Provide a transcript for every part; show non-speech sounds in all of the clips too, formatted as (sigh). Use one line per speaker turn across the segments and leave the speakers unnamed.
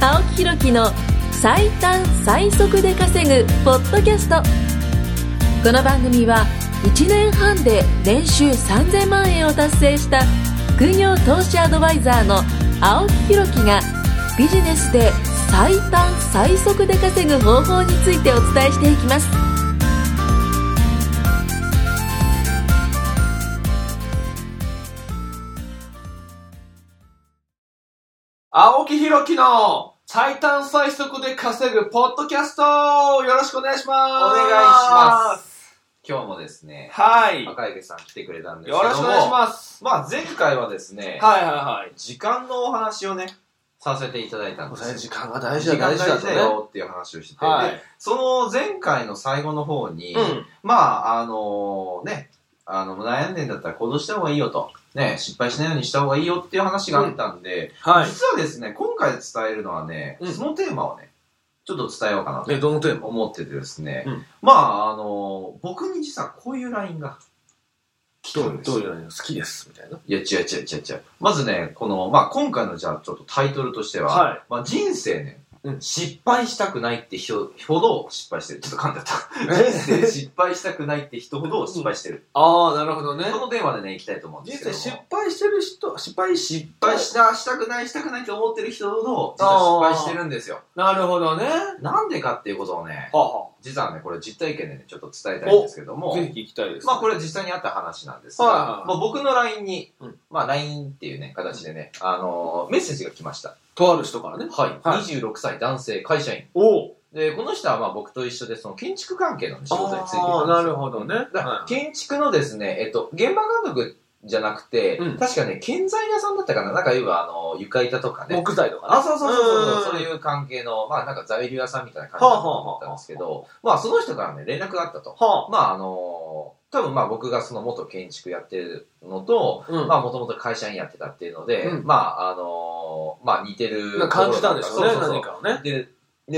青木ひろきの最短最速で稼ぐポッドキャストこの番組は1年半で年収3000万円を達成した副業投資アドバイザーの青木ひろきがビジネスで最短最速で稼ぐ方法についてお伝えしていきます
青木ひろきの最短最速で稼ぐポッドキャストよろしくお願いしますお
お願いします今日もですね、
はい。よ
赤池さん来てくれたんですけども、
ろしくお願いします
まあ前回はですね、
はいはいはい。
時間のお話をね、させていただいたんですよ
間が
時間大事だよっていう話をしてて、
は
で
い。
その前回の最後の方に、
うん。
まああのね、あの悩んでんだったら行動した方がいいよと、ね、失敗しないようにした方がいいよっていう話があったんで、
は
実はですね、今回伝えるのはね、
うん
そのテーマをね、ちょっと伝えようかなと
え、どのテーマ
思っててですね、
うん
まああの僕に実はこういう LINE が来た
ど
ん
う
です
ど
よ
ういうの好きですみたいな。
いや違う違う違う違うまずねこの、まあ、今回のじゃあちょっとタイトルとしては、
はい
まあ、人生ね、
うん
失敗したくないって人ほど失敗してるちょっと噛んじゃった (laughs) 人生失敗したくないって人ほど失敗してる、
ああ、なるほどね
このテーマでねいきたいと思うんで
人
すけど
生
も
失敗してる人、失敗失
失敗したしたくないしたくないと思ってる人ほど実は失敗してるんですよ
なるほどね。
なんでかっていうことをね
は
実はねこれ実体験でねちょっと伝えたいんですけど
あ
も
ぜひ聞きたいです。
まあこれは実際にあった話なんです
はいはいは
が
い、
まあ、僕の LINE に、
うん
まあ LINE っていうね、形でね、あのーメッセージが来ました。
とある人からね。
はい。
はい
26歳男性会社員。
おお。
で、この人はまあ僕と一緒で、その建築関係の仕事について
ああ、なるほ
ほ
どね。はい
建築のですね、えっと、現場監督じゃなくて、
うん
確かね、建材屋さんだったかななんか要はあの、床板とかね。
木材とかね。
あ、そうそうそうそうそう、
うん
そういう関係の、まあなんか材料屋さんみたいな感じだったと思ったんですけど、まあその人からね、連絡があったと。
は
まああの多分まあ僕がその元建築やってるのと、
あ。うん。
まあもともと会社員やってたっていうので、
うん
まああのまあ似てる
なんか感じたんでしょうね、
ところがそうそうそう
何かをね。
で、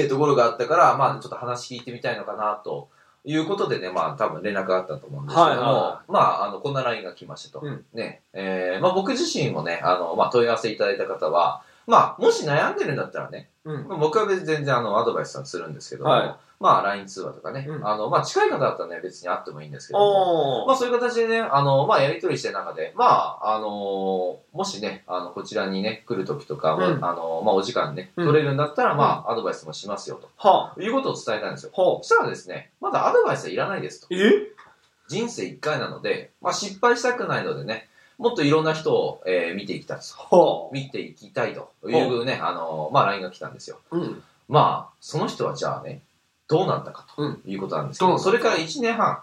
ね、ところがあったから、まあちょっと話聞いてみたいのかなと。いうことでね、まあ多分連絡があったと思うんですけども、
はいは
まああの、こんな LINE が来ましたと。
うん
ね、えー、まあ僕自身もね、あの、まあ問い合わせいただいた方は、まあもし悩んでるんだったらね、
うん。
まあ僕は別に全然あのアドバイスはするんですけども、
はい
まあ LINE 通話とかね、
うん
あのまあ近い方だったらね別にあってもいいんですけども、
お
ま
ー
あそういう形でね、あの、まあやりとりしてる中で、まあ、あのもしね、あの、こちらにね、来る時とか、
うん
あのまあお時間ね、
うん
取れるんだったら、まあアドバイスもしますよ、
はあ。
ということを伝えたんですよ。
はあ
そ。したらですね、まだアドバイスはいらないですと。
え
人生一回なので、まあ失敗したくないのでね、もっといろんな人を、えー見ていきたいと。
は
見ていきたいというね、あのまあ LINE が来たんですよ。
あ。うん。
まあ、その人はじゃあね、どうなったかと
うん
いうことなんですけど、
どうなった
それから1年半、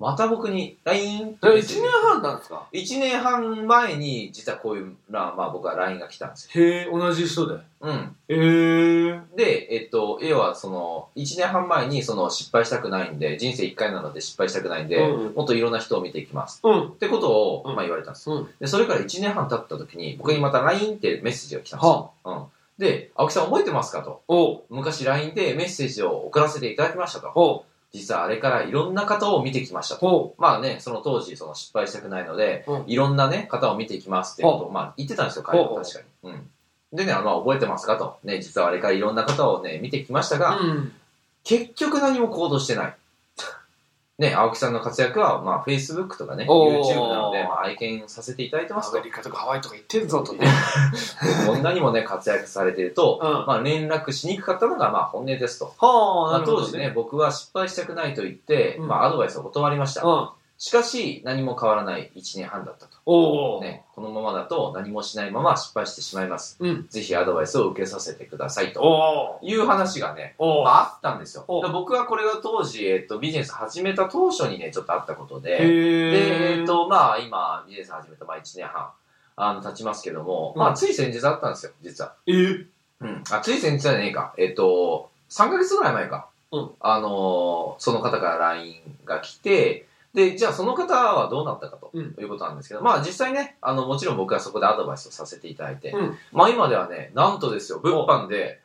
また僕に LINE
1年半なんですか
1年半前に、実はこういう、まあ、まあ、僕は LINE が来たんですよ。
へえ、同じ人で。
うん。
ええ。
で、えっと、要はその、1年半前にその失敗したくないんで、人生1回なので失敗したくないんで、
うん
もっといろんな人を見ていきます。
うん。
ってことを、
うん
まあ言われたんです
う
よ
ん。
で、それから1年半経った時に、僕にまた LINE ってメッセージが来たんです
はあ。
よ。うん。で、青木さん覚えてますかと。
おう。
昔 LINE でメッセージを送らせていただきましたと。
おう。
実はあれからいろんな方を見てきましたと。
おう。
まあね、その当時、その失敗したくないので、
うん
いろんなね、方を見ていきますっていうことを、まあ言ってたんですよ、彼
ほう
は
ほう
確かに。うん。でね、まあ覚えてますかと。ね、実はあれからいろんな方をね、見てきましたが、
うん。
結局何も行動してない。 (laughs) ね、青木さんの活躍は、まあ Facebook とかね、
おー
YouTube なので、まあ拝見させていただいてますと。
リカとかハワイとか行ってんぞと。
(laughs) こんなにもね、活躍されていると、
うん
まあ連絡しにくかったのが、まあ本音ですと。
はあ、な
まあ、
るほ
当
ど
時ね、。僕は失敗したくないと言って、
うん
まあ、アドバイスを断りました。
うん。お
しかし、何も変わらない1年半だったと。
おう。
ね、このままだと何もしないまま失敗してしまいます。
うん。
ぜひアドバイスを受けさせてください
お
と
う。
いう話がね、
お
ま
う。
あ、あったんですよ。
お
で僕はこれが当時、えっと、ビジネス始めた当初にね、ちょっとあったこと
へ
で、
え。
で、えっと、まあ、今、ビジネス始めた、まあ、1年半、あの、経ちますけども、ま
う
あ、
ん
つい先日あったんですよ、実は。
え
うん。あ、つい先日じゃねえか。えっ、と、3ヶ月ぐらい前か。
うん
あのーその方から LINE が来て、で、じゃあその方はどうなったかと、
うん
いうことなんですけど、まあ実際ね、あの、もちろん僕はそこでアドバイスをさせていただいて、
うん
まあ今ではね、なんとですよ、物販で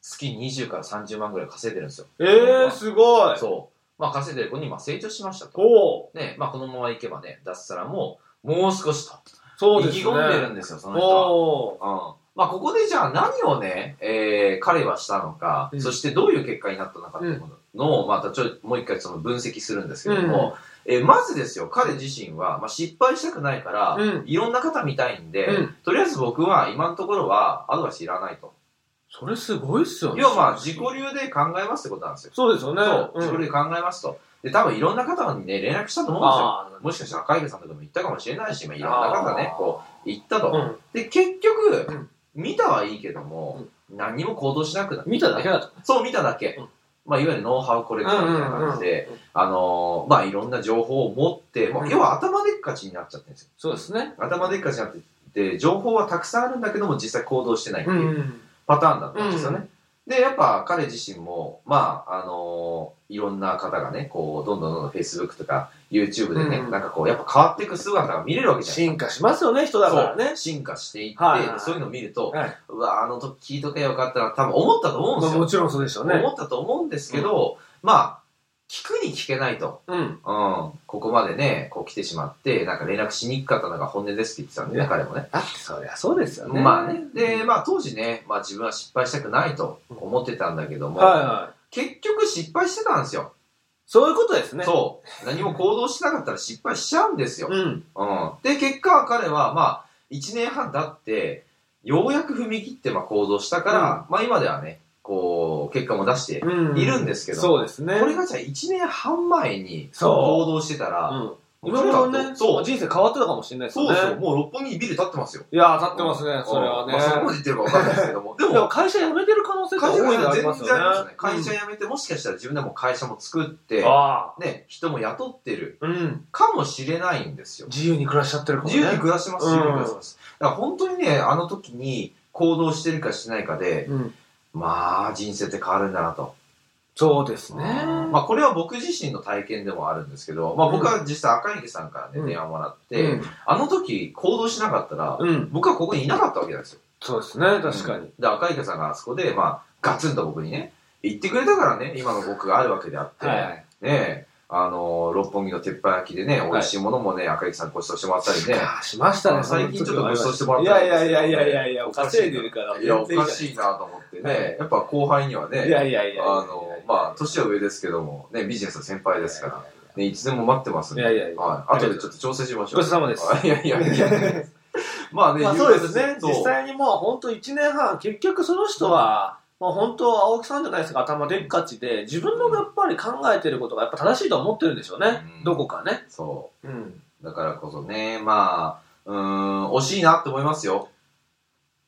月20から30万ぐらい稼いでるんですよ。
えー、すごい。
そう。まあ稼いでる子に今成長しましたと。
おう。
ね、まあこのままいけばね、脱サラももう少しと、
そう
意
です
気
ね。
込んでるんですよ、その人は。
おう。
うんまあ、ここでじゃあ何をね、えー彼はしたのか、
うん
そしてどういう結果になったのかっていうのを、またちょい、もう一回その分析するんですけども、えーまずですよ、彼自身は、まあ、失敗したくないから、
うん
いろんな方見たいんで、
うん
とりあえず僕は今のところはアドバイスいらないと。
それすごいっすよね。
要はまあ、自己流で考えますってことなんですよ。
そうですよね。
そう、
ん
自己流で考えますと。で、多分いろんな方にね、連絡したと思うんですよ。
あ
もしかしたら、海外さんとかも行ったかもしれないし、まあ、いろんな方ね
あー、
こう、行ったと。
あ、うん。
で、結局、
うん
見たはいいけども、何も行動しなくなった。
見ただけだと。
そう、見ただけ。
うん
まあ、いわゆるノウハウコレクターみたいな感じで、
うんうんうん
あのーまあ、いろんな情報を持って、もう
うん
要は頭でっかちになっちゃってるんですよ。
そうですね。
頭でっかちになってて、情報はたくさんあるんだけども、実際行動してないって
う。
いうんパターンだったんですよね。で、やっぱ彼自身も、まあ、あのーいろんな方がね、こう、どんどんどんどん Facebook とか YouTube でね、
うん
なんかこう、やっぱ変わっていく姿が見れるわけじゃないですか
進化しますよね、人だからね。
進化していって、
はいはい
そういうのを見ると、
はいう
わ、あの時聞いとけばよかったな、多分思ったと思う
ま
んで
あ
すよ。
もちろんそうでしょうね
思。ったと思うんですけど、まあ、聞くに聞けないと。
うん。
うん。ここまでね、こう来てしまって、なんか連絡しにくかったのが本音ですって言ってたんでね、
ね
彼もね。
だってそりゃそうですよね。
まあね。で、まあ当時ね、まあ自分は失敗したくないと思ってたんだけども、
はいはい。
結局失敗してたんですよ。
そういうことですね。
そう。何も行動してなかったら失敗しちゃうんですよ。
うん。
うん、で結果彼はまあ1年半経ってようやく踏み切ってまあ行動したから、まあ今ではねこう結果も出して
うん。
いるんですけど、
そうですね。
これがじゃあ1年半前に
そう
行動してた
う
ら、
ん。今頃ね、
そう
人生変わってたかもしれないです
そう
よ
で
ね。
すよもう六本木ビル建ってますよ
いやー、立ってますね、それは
うんまあ、そこま
ね。
で言ってるか分かんないですけども
(laughs)
で
でも
も
会社辞めてる可能性が
会社
多いの
が
あり
全然
ます
あります
よ
よね
ね。
会社辞めてもしかしたら自分でも会社も作って、
ああ。
ね、人も雇ってる
うん。
かもしれないんですよ
自由に暮らしちゃってるかもね。
自由に暮らします、
うん
自由に暮らします。だから本当にね、あの時に行動してるかしてないかで、
うん。
まあ人生って変わるんだなと。
そうですね。
まあこれは僕自身の体験でもあるんですけど、まあ僕は実際赤池さんから
うん
ね、電話もらって、あの時行動しなかったら、
うん。うん。
僕はここにいなかったわけなんですよ。
そうですね、確かに。
で、赤池さんがあそこで、まあガツンと僕にね、言ってくれたからね、今の僕があるわけであって、
はい。
ねえ、あのー、六本木の鉄板焼きでね、美味しいものもね、赤池さんご馳走してもらったりね。
あーしましたね、
最近ちょっとご馳走してもらっ
い
たん
や
で
い
す
や
けど
いやいやいやいや、稼いでるから。
いや、おかしいなと思ってね、やっぱ後輩にはね、
いやいやいや。
あの、まあ、年は上ですけども、ね、ビジネスの先輩ですから、ね、いつでも待ってますんで、
いやいやいや
はい。後でちょっと調整しましょう。
ごちそうさまです
あいやいやいや。 (laughs) まあね、
まあそうですね、
そう
実際にもう本当1年半、結局その人は、まあ本当、青木さんじゃないですか、頭でっかちで、自分のやっぱり考えてることがやっぱ正しいと思ってるんでしょうね、
うん
どこかね。
そ
うん。
う。だからこそね、まあ、うーん、惜しいなって思いますよ。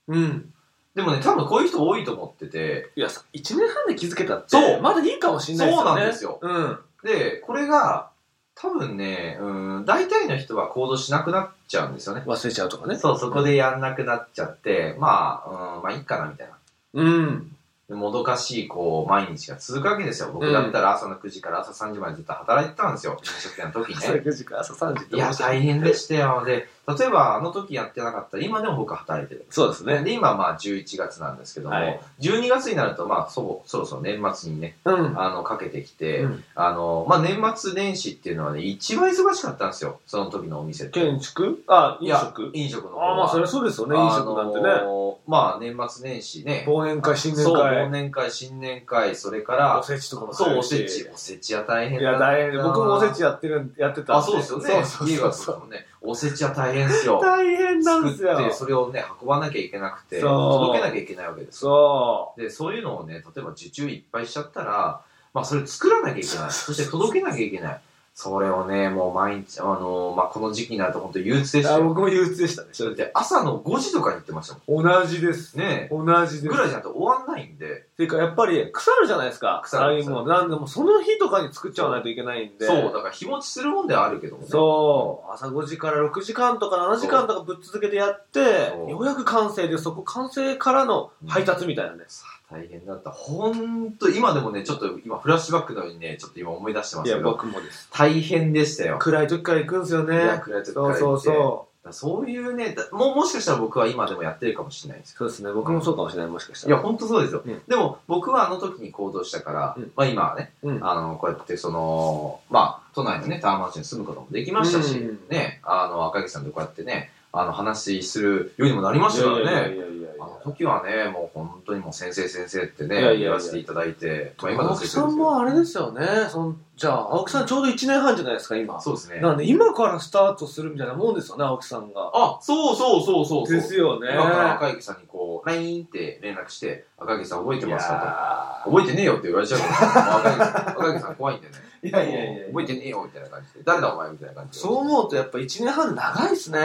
うん。
でもね、多分こういう人多いと思ってて、
いや、1年半で気づけたって、
そう
まだいいかもしれないですよね。
そうなんですよ
うん。
で、これが、多分ね、うーん、大体の人は行動しなくなっちゃうんですよね。
忘れちゃうとかね。
そう、そこでやんなくなっちゃって、まあ、うん、まあいいかな、みたいな。
うん。
もどかしい、こう、毎日が続くわけですよ。僕だったら朝の9時から朝3時までずっと働いてたんですよ。飲食店の時
朝
ね。
9時から朝3時って
いや、大変でしたよ。で、例えばあの時やってなかったら、今でも僕は働いてる。
そうですね。
で、今はまあ11月なんですけども、
はい
12月になると、まあ、そぼそろそろ年末にね、
うん。
あの、かけてきて、
うん
あの、まあ、年末年始っていうのはね、一番忙しかったんですよ。その時のお店って。
建築あ、
い
飲
や
食
飲食の方は。
ああ、まあそれはそうですよね、飲食なんてね。
あのまあ、年末年始ね。
忘年会、新年
そう、忘
会、
年会、新年会、それか
お
ら、
せちとかも
そう、お
す
せ
るし
ち。おせちは大変
いや、大変。僕もおせち
や
やってるん、やってたん
あ、そうですよね。
そう
家
そ
が
う
そ
そうう。
ですもんね。おせちは大変ですよ。
(laughs) 大変なんです
作っ
よ
て、。それをね、運ばなきゃいけなくて、
そう
届けなきゃいけないわけです。
そ
で、そういうのをね、例えば受注いっぱいしちゃったら、まあ、それ作らなきゃいけない。そして届けなきゃいけない。それをね、もう毎日、あのーまあ、この時期になると本当憂鬱で
う。
した
あ
よ。
僕も憂鬱でしたね。
それで朝の5時とかに行ってましたも
同じです。
ん。ね
同じ
え。
で
ぐ
す。
らいじゃなくて終わんないんで、
ていうか、やっぱり腐るじゃないですか。
腐る
ああいうもん。なんでも、その日とかに作っちゃわないといけないんで。
そう、だから日持ちするもんではあるけどもね。
そう。朝5時から6時間とか7時間とかぶっ続けてやって、
そう
ようやく完成で、そこ完成からの配達みたいなね。
さあ大変だった。ほんと、今でもね、ちょっと今フラッシュバックのようにね、ちょっと今思い出してます
い
け
や、
ど、
僕もです。
大変でしたよ。
暗い時から行くんですよ
いや
ね。
暗い時から
そ
行っ
う
て
そうそ
だからそういうね、だもうもしかしたら僕は今でもやってるかもしれないです
う。そうですね。僕もそうかもしれない、もしかした
いや、
ら。
ほんとそうですよ。
うん
でも、僕はあの時に行動したから、
うん
まあ今はね、
うん
あの、こうやってその、まあ、都内のね、タワーマンションに住むこともできましたし、
うん
ね、あの、赤木さんとこうやってね、あの、話するようにもなりま
い
し
や
た
い
からね。
やいやいやいや
あの時はね、もう本当にもう先生先生ってね、
いやいやいや
言わせていただいて、まあ今で
青
も
木
先
さ
生
んもあれですよねそのじゃあ青木さんちょうど1年半じゃないですか今
そうですね。
なんで今からスタートするみたいなもんですよね青木さんが
あ、そうそうそうそうそう。
ですよね
今から赤池さんにこう、LINE って連絡して、赤池さん覚えてますかと。
か
覚えてねえよって言われちゃうから、もう赤池さん赤池さん (laughs) 怖いんでね。
いやいやいや
覚えてねえよみたいな感じで。誰だお前みたいな感じで。
そう思うとやっぱ1年半長いですね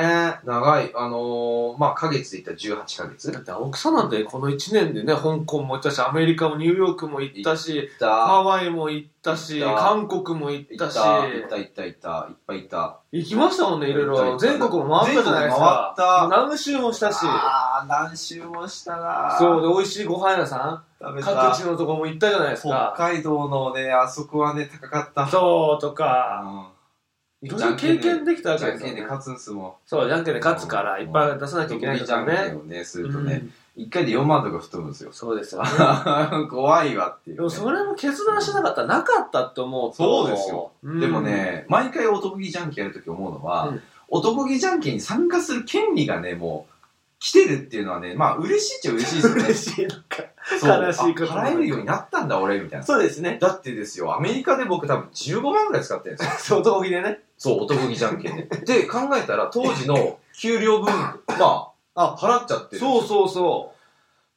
だ
長い、あのー、まあ、ヶ月で言ったら18ヶ月
って青木さんなんてこの1年でね香港も行ったしアメリカもニューヨークも行ったしハ
だ
ワイも行ったし
行った
韓国も行
い、
ったた
い、
した
いた、いた、いっぱいいた。
行きましたもんねいろい
行
ろ
った行った
全国も回ったじゃないですか
全国回った
何周もしたし
ああ、何周もしたな
そうで美味しいご飯屋さん
食べ
各
た
地。のとこも行ったじゃないです
北
か
海道のね、あそこはね、高かった。
そうとか
う
いろいろ経験できた
ん。
わ
じ
け
ゃ
で
ん
す
け
よ
ん
ね
で勝つんすも
そうじゃんけんで勝つからいっぱい出さ
ん。
なきゃいけないです
じゃ
よ
んけん
ね
をね、す
う
るとね、
ん
一回で4万とか吹っ飛ぶんですよ。 (laughs)
そうですよね
怖いわってい
で
う
も
ね。
それも決断しなかったらなかったって思うと
そうですよ、
うん
でもね、毎回男気じゃんけんやるとき思うのは、
うん
男気じゃんけんに参加する権利がね、もう、来てるっていうのはね、まあ、嬉しいっちゃ嬉しいですよね。
(laughs) 嬉しいのか
そう
悲しいこと
あ払えるようになったんだ、俺、みたいな。
そうですね
だってですよ、アメリカで僕多分15万ぐらい使ってるんですよ。
相当おぎでね
そう、男気じゃんけんで。で、考えたら、当時の給料分、まあ、
あ
払っちゃってる。
そう
っ
そうそ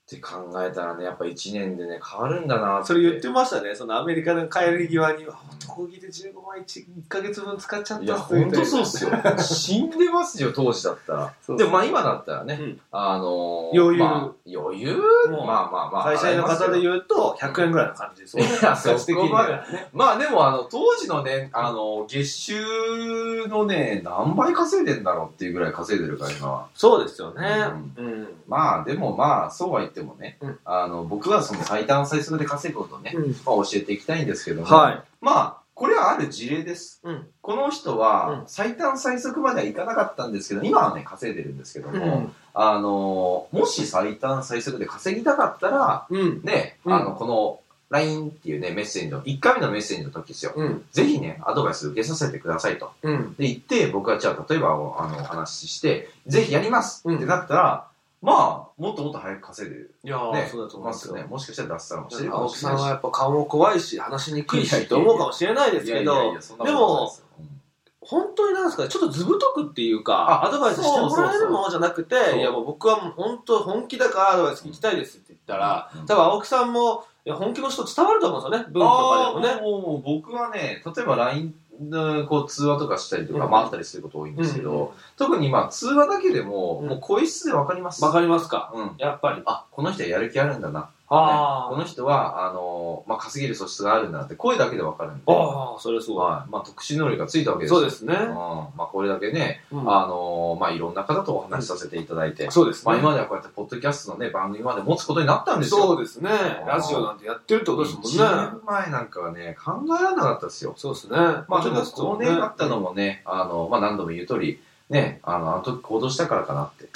て考えたらね、やっぱ1年でね、変わるんだな
うそれ言ってましたねそのアメリカの帰り際にあ男気で15万 1, ヶ月分使っちゃった
いや、
っ
ほんとそうっ
っ
すよ。死んでますよ、当時だったら。
す
でもまあ今だったらね、
うん
あのー、
余裕
まあ、余裕
もう
まあまあまあ。
会社員の方で
う。
言うと100円ぐらいの感じですよね
いや、そ
価値的
こ
に
ま
は
で。まあでも、あの、当時のね、あの、月収のね、何倍稼いでんだろうっていうぐらい稼いでるから、今は。
そうですよねうん
まあ、でもまあ、そうは言ってもね、
うん
あの、僕はその最短最速で稼ぐことをね、
うん
まあ教えていきたいんですけども、
は
まあ、これはある事例です。
いうん
この人
う
は
ん
最短最速まではいかなかったんですけど、今はね、稼いでるんですけど
う
も、
ん
あのもし最短最速で稼ぎたかったら、
うん
ね、
うん
あの、この LINE っていうね、メッセージの、1回目のメッセージの時ですよ。
うん
ぜひね、アドバイス受けさせてくださいと。
うん
で、言って、僕はじゃあ、例えば、あの、お話しして、ぜひやります
うん
ってなったら、まあ、もっともっと早く稼いでる。
いやー
ね、
そうだと思い
ま
ますす
よ
よ
ね。もしかしたら脱サラもしてるか
青
も
木
しれ
さ
なんいし。
はやっぱ顔も怖いし話しにくい
いやいやい
し
や
と思うかもしれないですけ
いやいやい
ど
やそんなことないすようん
本当になんですかねちょっとずぶとくっていうか
あ
アドバイスしてもらえるものじゃなくて
そう
いやもう僕はもう本当本気だからアドバイス聞きたいですって言ったら、
うん
多分青木さんもいや本気の人伝わると思うんですよね文とかでも
あー
ね
もうもう僕はね、例えば LINE のこう通話とかしたりとか、
うん
まああったりすること多いんですけど、
わ、
特にまあ通話だけでも、
うん
もう声質でわかります。
かりますか
うん。
やっぱり
あ、この人はやる気あるんだな。
あ
こ
ー、
の人は、あのーまあ、稼げる素質があるんだなって声だけでわかるんで。
ああそれはすごい
はい。まあ、特殊能力がついたわけですよ
そうですね
うん。まあ、これだけね、
うん
あのーまあ、いろんな方とお話しさせていただいて、
そうです
まあ、
ね
今まではこうやって、ポッドキャストのね、番組まで持つことになったんですよ。
そう
う
ですね
ー
ラジオなんてやってるってことですもんね
1年前なんかはね、考えられなかったですよ。
そうですねま
まあ、でも、こうね、あった
の
のもね、あの、まあ、何度も言う通り、ね、あの、あの時行動したからかなって、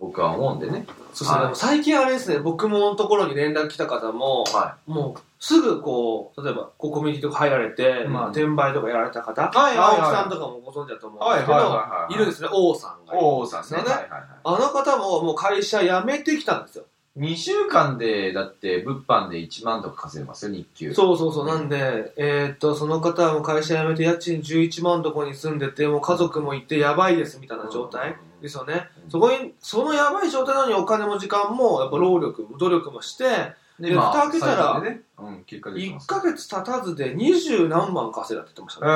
僕は思うんでね。
そうですね、
はい
でも最近あれですね、僕ものところに連絡来た方も、
は
もうすぐこう、例えばこうコミュニティとか入られて、
うん
まあ転売とかやられた方、
はいはいはい
青木さんとかもご存知だと思うんですけど、
はい
るんですね、王さんが。
おおさんですね。
ね
はいはいはい。
あの方ももう会社辞めてきたんですよ。
2週間で、だって、物販で1万とか稼いでますよ、日給。
そうそうそう、なんで、えーっと、その方はもう会社辞めて家賃11万とこに住んでて、もう家族もいてやばいですみたいな状態
うん
ですよね。
うん
そこに、そのやばい状態なのにお金も時間も、やっぱ労力も努力もして、
で
で
まあ
蓋開けたら
最初でね、うん、結果できま
1
す。
ヶ月経たずで二十何万稼いだって言ってました
え
ね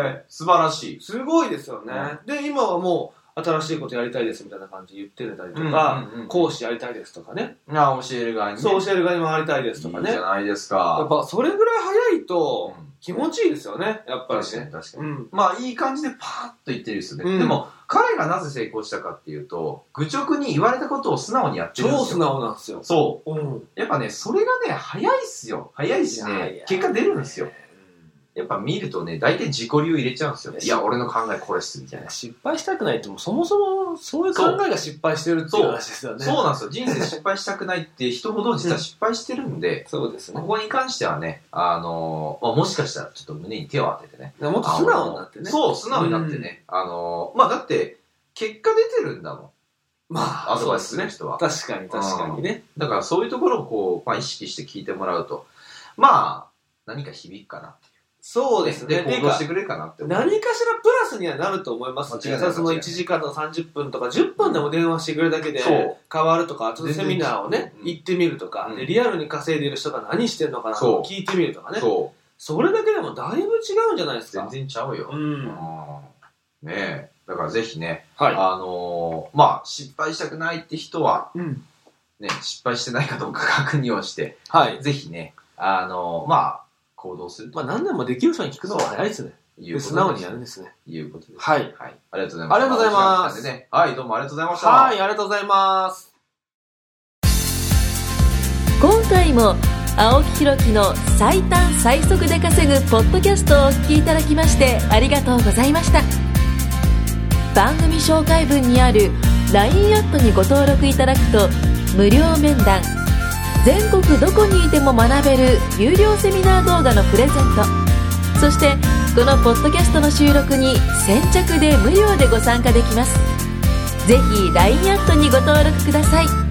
転売だけ
ー、素晴らし
で
い。
すごいですよね、で今はもう新しいことやりたいですみたいな感じで言ってたりとか、
うんうんうん
講師やりたいですとかね、
あ、教える側にね。
そう教える側に回りたいですとか
いい
ね
じゃないです
やっ
か。
ぱそれぐらい早いと
うん
気持ちいいですよねやっぱ
確か
り
に
ね
確かに
う。ん
まあいい感じでパーッと言ってるんですよね、
うん
でも彼がなぜ成功したかっていうと愚直に言われたことを素直にやってるんです
超
よ
素直なんですよ
そ
うん
うやっぱねそれがね早いっすよ早いし
いやい
ね
や
結果出るんですよやっぱ見るとね大体自己流入れちゃうんですよいや俺の考えこれっすみたいな、
失敗したくないってもうそもそもそういう考えが失敗してるっていう話ですよね
そうなんですよ人生失敗したくないって人ほど実は失敗してるんで、
そうですね
ここに関してはね、あのーまあ、もしかしたらちょっと胸に手を当ててね
もっと素直になってね
そう素直になってね、あのーまあだって結果出てるんだもん
まあ、
アドバイスする人は。
確かに確かにね。
だからそういうところをこう、まあ、意識して聞いてもらうと、まあ、何か響くかなっていう。
そうですね。
で、
て
行動
か
してくれるかなって思う。
何かしらプラスにはなると思いますね。
間違いない
その
間違いない
1時間とか30分とか10分でも電話してくれるだけで
そう
変わるとか、ちょっとセミナーをね、
全然
行ってみるとか、
うん
でリアルに稼いでいる人が何してるのかな
そう
聞いてみるとかね。
そ
それだけでもだいぶ違うんじゃないで
う。
す
全
か。
然ちゃうよ。
う
うん
ん。
ねえ。だからぜひね、
は
あのーまあ、失敗したくないって人は、
い。うん。
ね、失敗してないかどうか確認をして、
はい。
ぜひね、あのーまあ、行動すると
まあ何でもできる人に聞くのは早いですね。
いう
で
こと
素直にやるんですね。
いうことです。
はい。
はい。ありがとうございます。
ありがとうございます
お時間来たんでねはい、どうもありがとうございました。
はい、ありがとうございます。
今回も青木ひろきの最短最速で稼ぐポッドキャストをお聞きいただきましてありがとうございました番組紹介文にある LINE アットにご登録いただくと無料面談全国どこにいても学べる有料セミナー動画のプレゼントそしてこのポッドキャストの収録に先着で無料でご参加できますぜひ LINE アットにご登録ください